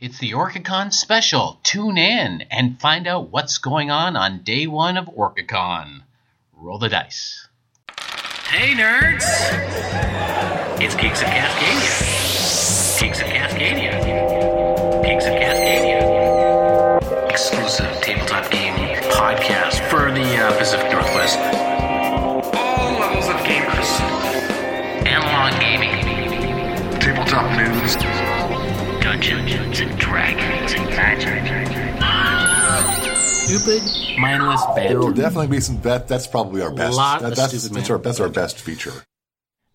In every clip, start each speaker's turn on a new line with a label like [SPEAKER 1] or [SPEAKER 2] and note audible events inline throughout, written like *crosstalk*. [SPEAKER 1] It's the OrcaCon special. Tune in and find out what's going on on day one of OrcaCon. Roll the dice.
[SPEAKER 2] Hey, nerds! It's Geeks of Cascadia. Geeks of Cascadia. Geeks of Cascadia. Exclusive tabletop game podcast for the uh, Pacific Northwest. All levels of gamers. Analog gaming. Tabletop news. Dungeons and Dragons and magic. Stupid, mindless
[SPEAKER 3] There will
[SPEAKER 2] banter.
[SPEAKER 3] definitely be some. That that's probably our best.
[SPEAKER 4] Lot
[SPEAKER 3] that,
[SPEAKER 4] of
[SPEAKER 3] that's
[SPEAKER 4] stupid
[SPEAKER 3] that's
[SPEAKER 4] man.
[SPEAKER 3] our that's our best feature.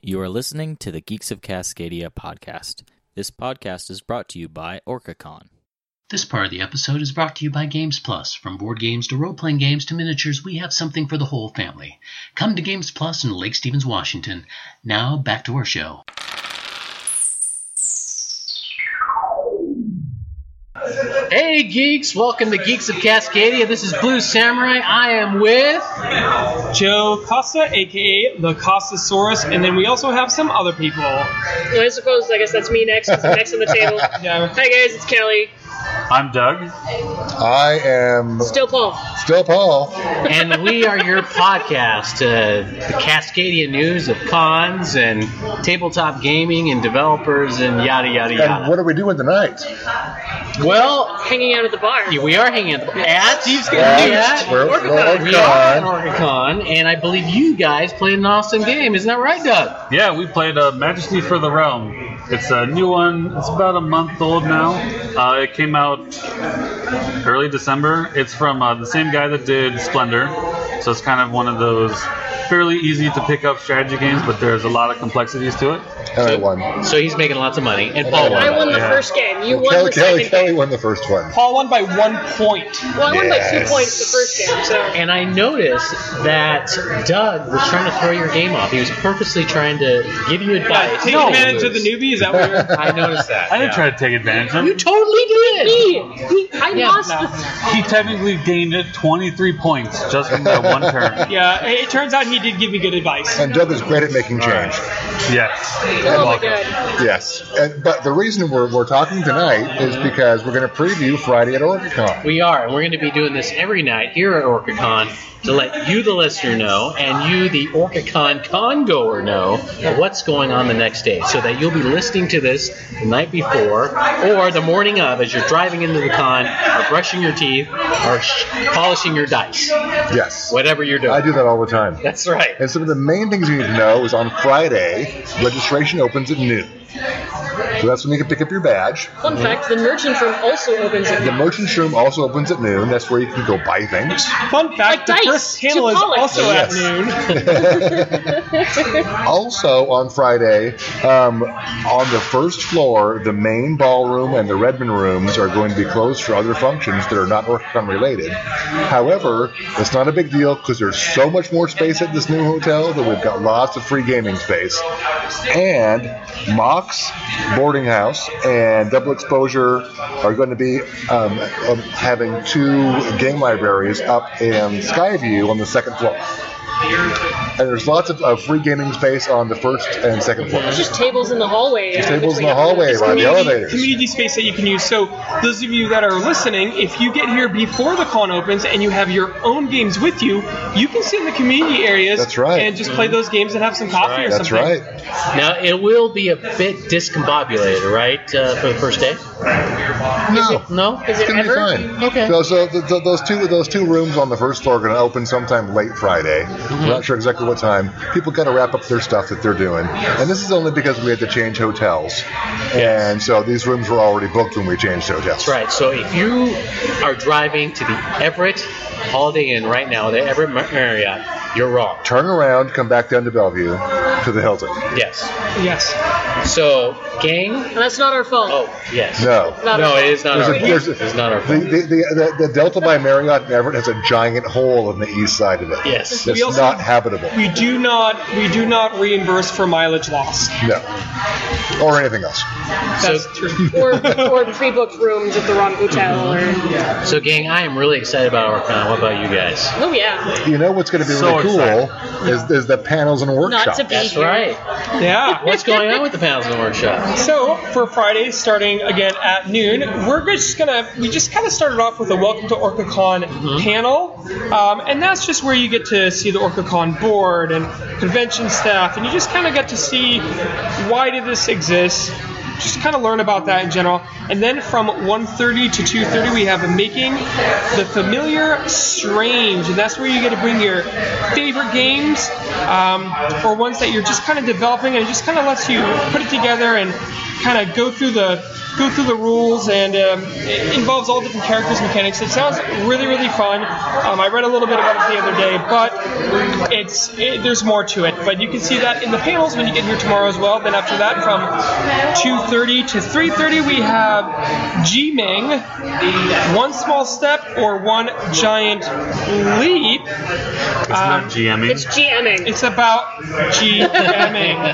[SPEAKER 4] You are listening to the Geeks of Cascadia podcast. This podcast is brought to you by OrcaCon.
[SPEAKER 1] This part of the episode is brought to you by Games Plus. From board games to role playing games to miniatures, we have something for the whole family. Come to Games Plus in Lake Stevens, Washington. Now back to our show. Hey geeks, welcome to Geeks of Cascadia. This is Blue Samurai. I am with
[SPEAKER 5] Joe Costa, aka the Costasaurus, and then we also have some other people.
[SPEAKER 6] I suppose, I guess that's me
[SPEAKER 3] *laughs*
[SPEAKER 6] next, 'cause I'm next on the table.
[SPEAKER 5] Yeah,
[SPEAKER 6] Hi guys, it's Kelly.
[SPEAKER 7] I'm Doug.
[SPEAKER 3] I am
[SPEAKER 6] Still Paul.
[SPEAKER 3] still Paul.
[SPEAKER 1] and we are your podcast, uh, the Cascadia news of cons and tabletop gaming and developers and yada yada
[SPEAKER 3] And
[SPEAKER 1] yada.
[SPEAKER 3] what are we doing tonight?
[SPEAKER 1] Well,
[SPEAKER 6] Hanging out at the bar.
[SPEAKER 1] we are hanging at the at Steve's
[SPEAKER 3] getting juiced. We're- we're at
[SPEAKER 1] We are at
[SPEAKER 3] Orcacon.
[SPEAKER 1] Orcacon, and I believe you guys played an awesome game. Isn't that right, Doug?
[SPEAKER 7] Yeah, we played uh, Majesty for the Realm. It's a new one. It's about a month old now. Uh, it came out early December. It's from uh, the same guy that did Splendor, so it's kind of one of those fairly easy to pick up strategy games, but there's a lot of complexities to it.
[SPEAKER 3] And I won.
[SPEAKER 1] So he's making lots of money, and Paul
[SPEAKER 6] I
[SPEAKER 1] won.
[SPEAKER 6] won the
[SPEAKER 7] Yeah.
[SPEAKER 6] first game. You won
[SPEAKER 3] Kelly,
[SPEAKER 6] the
[SPEAKER 3] Kelly,
[SPEAKER 6] second
[SPEAKER 3] Kelly
[SPEAKER 6] game.
[SPEAKER 3] won the first one.
[SPEAKER 5] Paul won by one point.
[SPEAKER 6] Well, I won by
[SPEAKER 3] Yes.
[SPEAKER 6] two points the first game, so.
[SPEAKER 1] And I noticed that Doug was trying to throw your game off. He was purposely trying to give you
[SPEAKER 5] Yeah,
[SPEAKER 1] advice.
[SPEAKER 5] take
[SPEAKER 1] No.
[SPEAKER 5] advantage of the newbie. Is that
[SPEAKER 1] *laughs*
[SPEAKER 5] what you're?
[SPEAKER 1] I noticed that.
[SPEAKER 7] I didn't
[SPEAKER 1] yeah.
[SPEAKER 7] try to take advantage of
[SPEAKER 1] You
[SPEAKER 7] him.
[SPEAKER 1] totally did.
[SPEAKER 6] Me! He, I
[SPEAKER 1] Yeah,
[SPEAKER 6] lost
[SPEAKER 5] no.
[SPEAKER 6] the.
[SPEAKER 7] He technically gained it 23 points just from that one turn.
[SPEAKER 5] *laughs* Yeah, it, it turns out he did give me good advice.
[SPEAKER 3] And Doug is great at making change.
[SPEAKER 7] Yes.
[SPEAKER 6] Oh my god.
[SPEAKER 3] Yes. And, but the reason we're, we're talking tonight is because we're going to preview Friday at OrcaCon.
[SPEAKER 1] We are, and we're going to be doing this every night here at OrcaCon to let you, the listener, know, and you, the OrcaCon congoer, know what's going on the next day, so that you'll be listening to this the night before or the morning of as you're driving into the con, or brushing your teeth, or sh- polishing your dice,
[SPEAKER 3] Yes.
[SPEAKER 1] whatever you're doing.
[SPEAKER 3] I do that all the time.
[SPEAKER 1] That's right.
[SPEAKER 3] And some of the main things you need to know is on Friday, registration opens at noon. So that's when you can pick up your badge.
[SPEAKER 6] Fun fact the merchant room also opens
[SPEAKER 3] The
[SPEAKER 6] at
[SPEAKER 3] merchant room also opens at noon. That's where you can go buy things.
[SPEAKER 5] Fun fact: the
[SPEAKER 6] dice,
[SPEAKER 5] first panel is
[SPEAKER 6] Chipotle.
[SPEAKER 5] also
[SPEAKER 3] Yes.
[SPEAKER 5] at noon.
[SPEAKER 3] Also on Friday, um, on the first floor, the main ballroom and the Redmond rooms are going to be closed for other functions that are not OrcaCon related. However, that's not a big deal because there's so much more space at this new hotel that we've got lots of free gaming space. And Mox Boarding House and Double Exposure are going to be um, um, having two game libraries up in Skyview on the second floor. And there's lots of uh, free gaming space on the first and second floors.
[SPEAKER 6] just tables in the hallway. uh,
[SPEAKER 3] Tables in
[SPEAKER 6] between
[SPEAKER 3] the hallway
[SPEAKER 6] everyone.
[SPEAKER 3] by the
[SPEAKER 5] Community,
[SPEAKER 3] elevators.
[SPEAKER 5] community space that you can use. So those of you that are listening, if you get here before the con opens and you have your own games with you, you can sit in the community areas.
[SPEAKER 3] That's right.
[SPEAKER 5] And just play those games and have some coffee or
[SPEAKER 3] That's right.
[SPEAKER 5] something.
[SPEAKER 1] Now, it will be a bit discombobulated, right, uh, for the first day?
[SPEAKER 3] No.
[SPEAKER 1] No?
[SPEAKER 6] Is it
[SPEAKER 3] It's gonna be
[SPEAKER 6] ever?
[SPEAKER 3] fine.
[SPEAKER 1] Okay.
[SPEAKER 3] So, so th- th- those two those two rooms on the first floor are going to open sometime late Friday.
[SPEAKER 1] Mm-hmm.
[SPEAKER 3] We're not sure exactly what time. People got to wrap up their stuff that they're doing, and this is only because we had to change hotels, and so these rooms were already booked when we changed hotels.
[SPEAKER 1] That's right. So if you are driving to the Everett Holiday Inn right now, the Everett Mar- Marriott, you're wrong.
[SPEAKER 3] Turn around, come back down to Bellevue to the Hilton.
[SPEAKER 1] Yes.
[SPEAKER 5] Yes.
[SPEAKER 1] So, gang.
[SPEAKER 6] And that's not our fault.
[SPEAKER 1] Oh, yes.
[SPEAKER 3] No.
[SPEAKER 6] Not
[SPEAKER 1] No,
[SPEAKER 6] our
[SPEAKER 1] *laughs* it is not
[SPEAKER 3] There's
[SPEAKER 1] our
[SPEAKER 3] a-
[SPEAKER 1] fault.
[SPEAKER 3] there's a-
[SPEAKER 1] It's not our
[SPEAKER 3] The,
[SPEAKER 1] fault.
[SPEAKER 3] the, the, the, the Delta by Marriott in Everett has a giant hole in the east side of it.
[SPEAKER 1] Yes.
[SPEAKER 3] It's
[SPEAKER 5] We also-
[SPEAKER 3] not habitable.
[SPEAKER 5] We do not we do not reimburse for mileage lost.
[SPEAKER 3] No. Or anything else.
[SPEAKER 5] That's true.
[SPEAKER 6] fault. Or, or pre-booked rooms at the wrong hotel, or
[SPEAKER 1] So, gang, I am really excited about OrcaCon. What about you guys?
[SPEAKER 6] oh yeah,
[SPEAKER 3] You know what's going to be
[SPEAKER 7] So
[SPEAKER 3] really cool is, is the panels and
[SPEAKER 6] not
[SPEAKER 3] workshops.
[SPEAKER 6] to be
[SPEAKER 1] That's
[SPEAKER 6] here.
[SPEAKER 1] right.
[SPEAKER 5] Yeah.
[SPEAKER 1] What's going on with the Compounds and Workshops.
[SPEAKER 5] So for Friday, starting again at noon, we're just gonna we just kind of started off with a Welcome to OrcaCon panel, um, and that's just where you get to see the OrcaCon board and convention staff, and you just kind of get to see why did this exist. Just kind of learn about that in general, and then from 1:30 to 2:30 we have making the familiar strange, and that's where you get to bring your favorite games um, or ones that you're just kind of developing, and it just kind of lets you put it together and kind of go through the go through the rules, and um, it involves all different characters mechanics. It sounds really really fun. Um, I read a little bit about it the other day, but it's it, there's more to it. But you can see that in the panels when you get here tomorrow as well. Then after that, from 2:30 to 3:30 we have G Ming, one small step or one giant leap.
[SPEAKER 8] It's not E. GMing.
[SPEAKER 9] It's GMing.
[SPEAKER 5] It's about
[SPEAKER 9] *laughs*
[SPEAKER 5] GMing.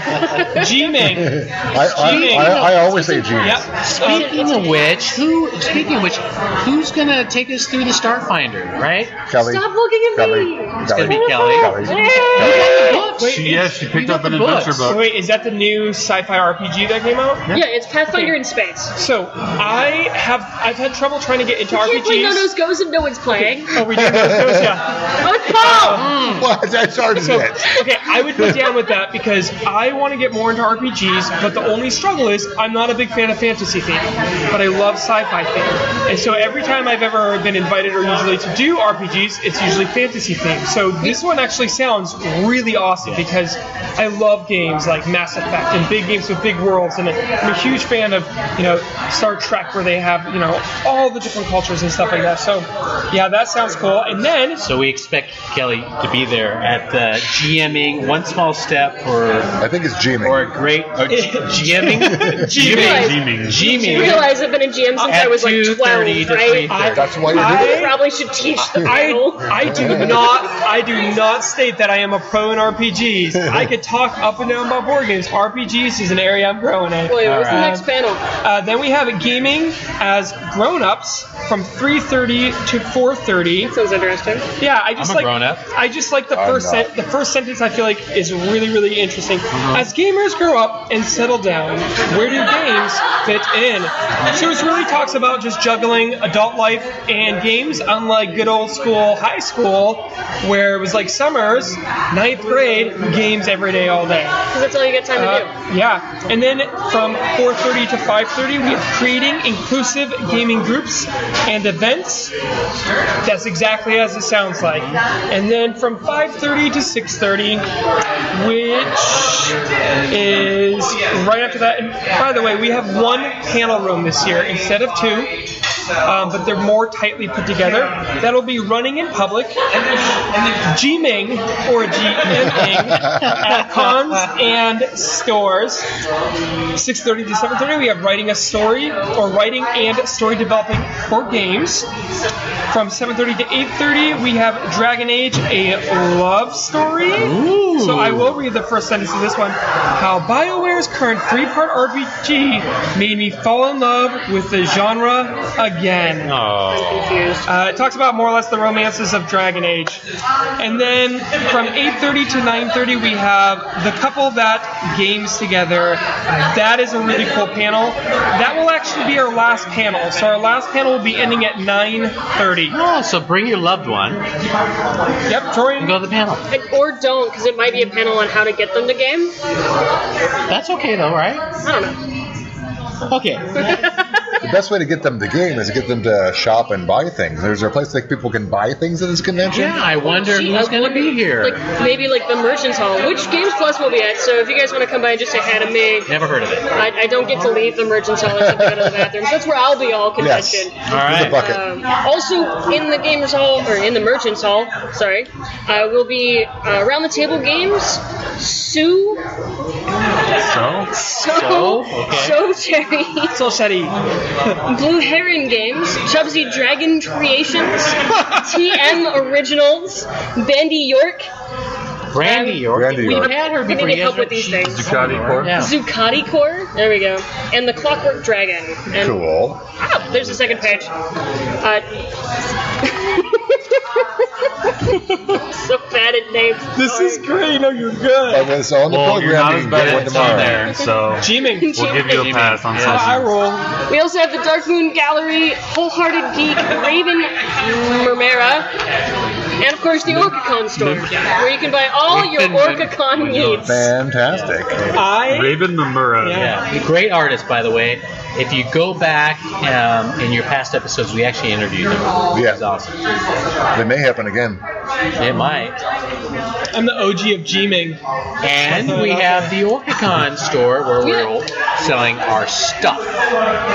[SPEAKER 5] GMing.
[SPEAKER 3] I, I, I, I always say genius.
[SPEAKER 5] Yep.
[SPEAKER 1] Speaking of which, who? Speaking of which, who's gonna take us through the Starfinder? Right?
[SPEAKER 3] Kelly.
[SPEAKER 9] Stop
[SPEAKER 3] *laughs*
[SPEAKER 9] looking at
[SPEAKER 3] Kelly.
[SPEAKER 9] me.
[SPEAKER 1] It's gonna be
[SPEAKER 3] Kelly.
[SPEAKER 1] Kelly.
[SPEAKER 3] Kelly.
[SPEAKER 1] Wait,
[SPEAKER 8] She, yeah, she
[SPEAKER 1] you
[SPEAKER 8] picked
[SPEAKER 1] got
[SPEAKER 8] up an
[SPEAKER 1] the
[SPEAKER 8] adventure
[SPEAKER 1] books.
[SPEAKER 5] Uh,
[SPEAKER 8] book.
[SPEAKER 5] Wait, is that the new sci-fi RPG that came out?
[SPEAKER 9] Yeah, it's Pathfinder in space.
[SPEAKER 5] So I have I've had trouble trying to get into
[SPEAKER 9] Can't play no
[SPEAKER 5] RPGs.
[SPEAKER 9] nos goes if no one's playing.
[SPEAKER 5] *laughs* Oh, we did those, those, yeah.
[SPEAKER 9] Oh, it's Paul.
[SPEAKER 3] What? I started
[SPEAKER 5] So,
[SPEAKER 3] it.
[SPEAKER 5] okay, I would be down with that because I want to get more into RPGs, but the only struggle is I'm not a big fan of fantasy theme, but I love sci-fi theme. And so every time I've ever been invited or usually to do RPGs, it's usually fantasy themed. So this one actually sounds really awesome because I love games like Mass Effect and big games with big worlds, and I'm a huge fan of you know Star Trek where they have you know all the different cultures and stuff like that. So yeah, that sounds cool. And then
[SPEAKER 1] So we expect Kelly to be there at the GMing one small step for
[SPEAKER 3] I think it's
[SPEAKER 1] or
[SPEAKER 3] genius.
[SPEAKER 1] a great or G- GMing
[SPEAKER 9] Realize-
[SPEAKER 8] GMing.
[SPEAKER 9] You
[SPEAKER 1] GMing
[SPEAKER 9] realize I've been a GM since
[SPEAKER 1] at
[SPEAKER 9] I was like
[SPEAKER 1] two
[SPEAKER 9] 12,
[SPEAKER 1] thirty to three
[SPEAKER 9] right?
[SPEAKER 1] thirty.
[SPEAKER 3] That's why you're doing
[SPEAKER 5] I-
[SPEAKER 3] it.
[SPEAKER 9] You probably should teach the
[SPEAKER 5] I,
[SPEAKER 9] title.
[SPEAKER 5] I do not I do not state that I am a pro in RPGs. I could talk up and down about board games. RPGs is an area I'm growing in.
[SPEAKER 9] Wait, what's the
[SPEAKER 5] Alright.
[SPEAKER 9] next panel?
[SPEAKER 5] Uh, then we have gaming as grown-ups from 3:30 to 4:30.
[SPEAKER 9] Sounds interesting.
[SPEAKER 5] Yeah, I just
[SPEAKER 1] I'm a
[SPEAKER 5] like
[SPEAKER 1] grown-up.
[SPEAKER 5] I just like the
[SPEAKER 3] I'm
[SPEAKER 5] first
[SPEAKER 3] not.
[SPEAKER 5] sen- the first sentence. I feel like is really really interesting.
[SPEAKER 1] Uh-huh.
[SPEAKER 5] As gamers grow up and settle down, where do games fit in? So it really talks about just juggling adult life and games, unlike good old school high school, where it was like summers, ninth grade, games every day all day.
[SPEAKER 9] Because that's all you got time to
[SPEAKER 5] Uh, yeah, and then from 4:30 to 5:30, we have creating inclusive gaming groups and events. That's exactly as it sounds like. And then from 5:30 to 6:30, which is right after that. And by the way, we have one panel room this year instead of two, um, but they're more tightly put together. That'll be running in public, GMing or GMing at cons and stores. 6:30 to 7:30, we have writing a story or writing and story developing for games. From 7:30 to 8:30, we have Dragon Age: A Love Story. So I will read the first sentence of this one. How BioWare's current three-part RPG made me fall in love with the genre again.
[SPEAKER 1] Oh,
[SPEAKER 5] Uh, it talks about more or less the romances of Dragon Age, and then from 8:30 to 9:30 we have the couple that games together. That is a really cool panel. That will actually be our last panel. So our last panel will be ending at 9:30.
[SPEAKER 1] Oh, so bring your loved one and
[SPEAKER 5] Yep, Torian.
[SPEAKER 1] go to the panel.
[SPEAKER 9] do. And- Or don't, because it might be a panel on how to get them to game.
[SPEAKER 1] That's okay though, right?
[SPEAKER 9] I don't know.
[SPEAKER 1] Okay.
[SPEAKER 3] The best way to get them to game is to get them to shop and buy things. There's a place like people can buy things at this convention.
[SPEAKER 1] Yeah, I wonder who's gonna be here.
[SPEAKER 9] Like maybe like the Merchants Hall, which Games Plus will be at. So if you guys want to come by and just say hi to me,
[SPEAKER 1] Never heard of it.
[SPEAKER 9] I, I don't get to leave the Merchants Hall. I have to go to the bathroom. That's where I'll be all
[SPEAKER 3] Yes.
[SPEAKER 9] convention.
[SPEAKER 3] All right. The bucket.
[SPEAKER 9] Um, also, in the Gamers Hall, or in the Merchants Hall, sorry, uh, will be uh, Around the Table Games, Sue,
[SPEAKER 8] So,
[SPEAKER 9] So,
[SPEAKER 1] So? Okay.
[SPEAKER 9] so Cherry,
[SPEAKER 5] Still Shetty.
[SPEAKER 9] Blue Heron Games, Chubsy
[SPEAKER 1] *laughs*
[SPEAKER 9] Dragon Creations, TM Originals, Bandy York.
[SPEAKER 1] Brandy York.
[SPEAKER 3] Brandy
[SPEAKER 1] We've
[SPEAKER 3] York.
[SPEAKER 1] had her
[SPEAKER 9] We
[SPEAKER 1] before.
[SPEAKER 9] need
[SPEAKER 1] Yes,
[SPEAKER 9] help with these
[SPEAKER 1] she-
[SPEAKER 9] things.
[SPEAKER 8] Ducati Corp.
[SPEAKER 1] Yeah.
[SPEAKER 9] Zuccotti Core, there we go, and the Clockwork Dragon. And
[SPEAKER 3] Cool.
[SPEAKER 9] Oh, there's a second page. Uh, *laughs* so bad at names.
[SPEAKER 5] *laughs* This is great. No, you're
[SPEAKER 3] I
[SPEAKER 5] good.
[SPEAKER 3] was on the
[SPEAKER 8] Well, you're
[SPEAKER 3] program
[SPEAKER 8] not as
[SPEAKER 3] and get
[SPEAKER 8] bad
[SPEAKER 3] one
[SPEAKER 8] as
[SPEAKER 7] E
[SPEAKER 8] it's on
[SPEAKER 3] tomorrow.
[SPEAKER 8] there, so
[SPEAKER 5] Jimmy.
[SPEAKER 8] we'll give
[SPEAKER 9] E.
[SPEAKER 8] you a pass on
[SPEAKER 5] Uh, I
[SPEAKER 8] session.
[SPEAKER 5] roll.
[SPEAKER 9] We also have the Dark Moon Gallery, Wholehearted Geek, Raven Mermera, and of course the OrcaCon store, where you can buy all your OrcaCon needs.
[SPEAKER 3] Fantastic.
[SPEAKER 5] I.
[SPEAKER 8] Raven Mamura.
[SPEAKER 5] Yeah.
[SPEAKER 1] Yeah, great artist, by the way. If you go back um, in your past episodes, we actually interviewed him.
[SPEAKER 3] Yeah.
[SPEAKER 1] He's awesome.
[SPEAKER 3] It may happen again.
[SPEAKER 1] It might.
[SPEAKER 5] I'm the OG of Jiming.
[SPEAKER 1] And we have the OrcaCon store where we're selling our stuff.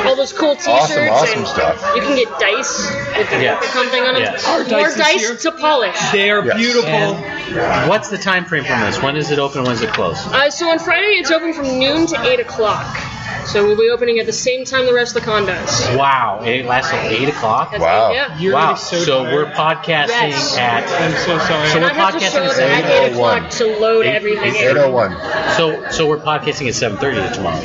[SPEAKER 9] All those cool T-shirts.
[SPEAKER 3] Awesome, awesome
[SPEAKER 9] and
[SPEAKER 3] stuff.
[SPEAKER 9] You can get dice with the
[SPEAKER 1] Yes.
[SPEAKER 9] OrcaCon thing on it.
[SPEAKER 1] Yes.
[SPEAKER 5] Our
[SPEAKER 9] More
[SPEAKER 5] dice
[SPEAKER 9] dice,
[SPEAKER 5] this year.
[SPEAKER 9] to polish.
[SPEAKER 5] They are
[SPEAKER 3] Yes.
[SPEAKER 5] beautiful.
[SPEAKER 1] And what's the time frame from this? When is it open? When is it closed?
[SPEAKER 9] Uh, so on Friday it's open from noon to eight o'clock. So we'll be opening at the same time the rest of the con does.
[SPEAKER 1] Wow, it lasts till eight o'clock.
[SPEAKER 9] That's-
[SPEAKER 3] Wow.
[SPEAKER 9] Yeah.
[SPEAKER 5] You're
[SPEAKER 1] Wow.
[SPEAKER 5] gonna be so,
[SPEAKER 1] So, we're
[SPEAKER 5] tired.
[SPEAKER 1] podcasting
[SPEAKER 9] Yes.
[SPEAKER 1] at
[SPEAKER 5] I'm so sorry.
[SPEAKER 1] So
[SPEAKER 9] And
[SPEAKER 1] we're
[SPEAKER 9] I have to show
[SPEAKER 1] podcasting
[SPEAKER 9] up
[SPEAKER 1] at
[SPEAKER 9] at eight
[SPEAKER 3] 8:01.
[SPEAKER 9] o'clock to load everything in.
[SPEAKER 1] *laughs*
[SPEAKER 3] 801.
[SPEAKER 1] so so we're podcasting at seven thirty tomorrow.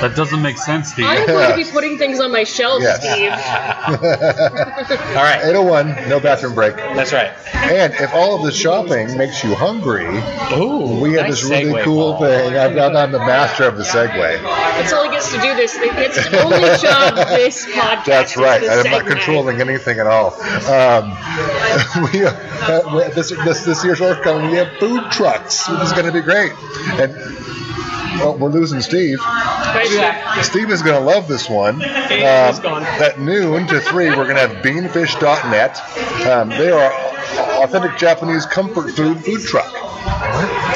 [SPEAKER 8] That doesn't make sense
[SPEAKER 7] *laughs*
[SPEAKER 8] to
[SPEAKER 9] I'm
[SPEAKER 8] you.
[SPEAKER 9] going to be putting things on my shelves,
[SPEAKER 3] Yes.
[SPEAKER 9] Steve.
[SPEAKER 1] All right,
[SPEAKER 3] 801, no bathroom break.
[SPEAKER 1] that's right.
[SPEAKER 3] And if all of the shopping makes you hungry,
[SPEAKER 1] Ooh,
[SPEAKER 3] we have
[SPEAKER 1] nice
[SPEAKER 3] this really
[SPEAKER 1] segue,
[SPEAKER 3] cool
[SPEAKER 1] Paul.
[SPEAKER 3] thing. I'm, I'm, I'm the master of the segue.
[SPEAKER 9] That's all he gets to do. This it's his only
[SPEAKER 3] *laughs*
[SPEAKER 9] job. This podcast.
[SPEAKER 3] That's
[SPEAKER 9] is
[SPEAKER 3] right.
[SPEAKER 9] to
[SPEAKER 3] I'm not
[SPEAKER 9] segue.
[SPEAKER 3] controlling anything at all. Um, *laughs* we, uh, we- this, this, this year's Orcon, we have food trucks, which is going to be great. And well, we're losing Steve.
[SPEAKER 9] Right, yeah.
[SPEAKER 3] Steve is going to love this one. Um,
[SPEAKER 5] Hey, he's gone.
[SPEAKER 3] at noon to 3, we're going to have beanfish.net. Um, they are authentic Japanese comfort food food truck.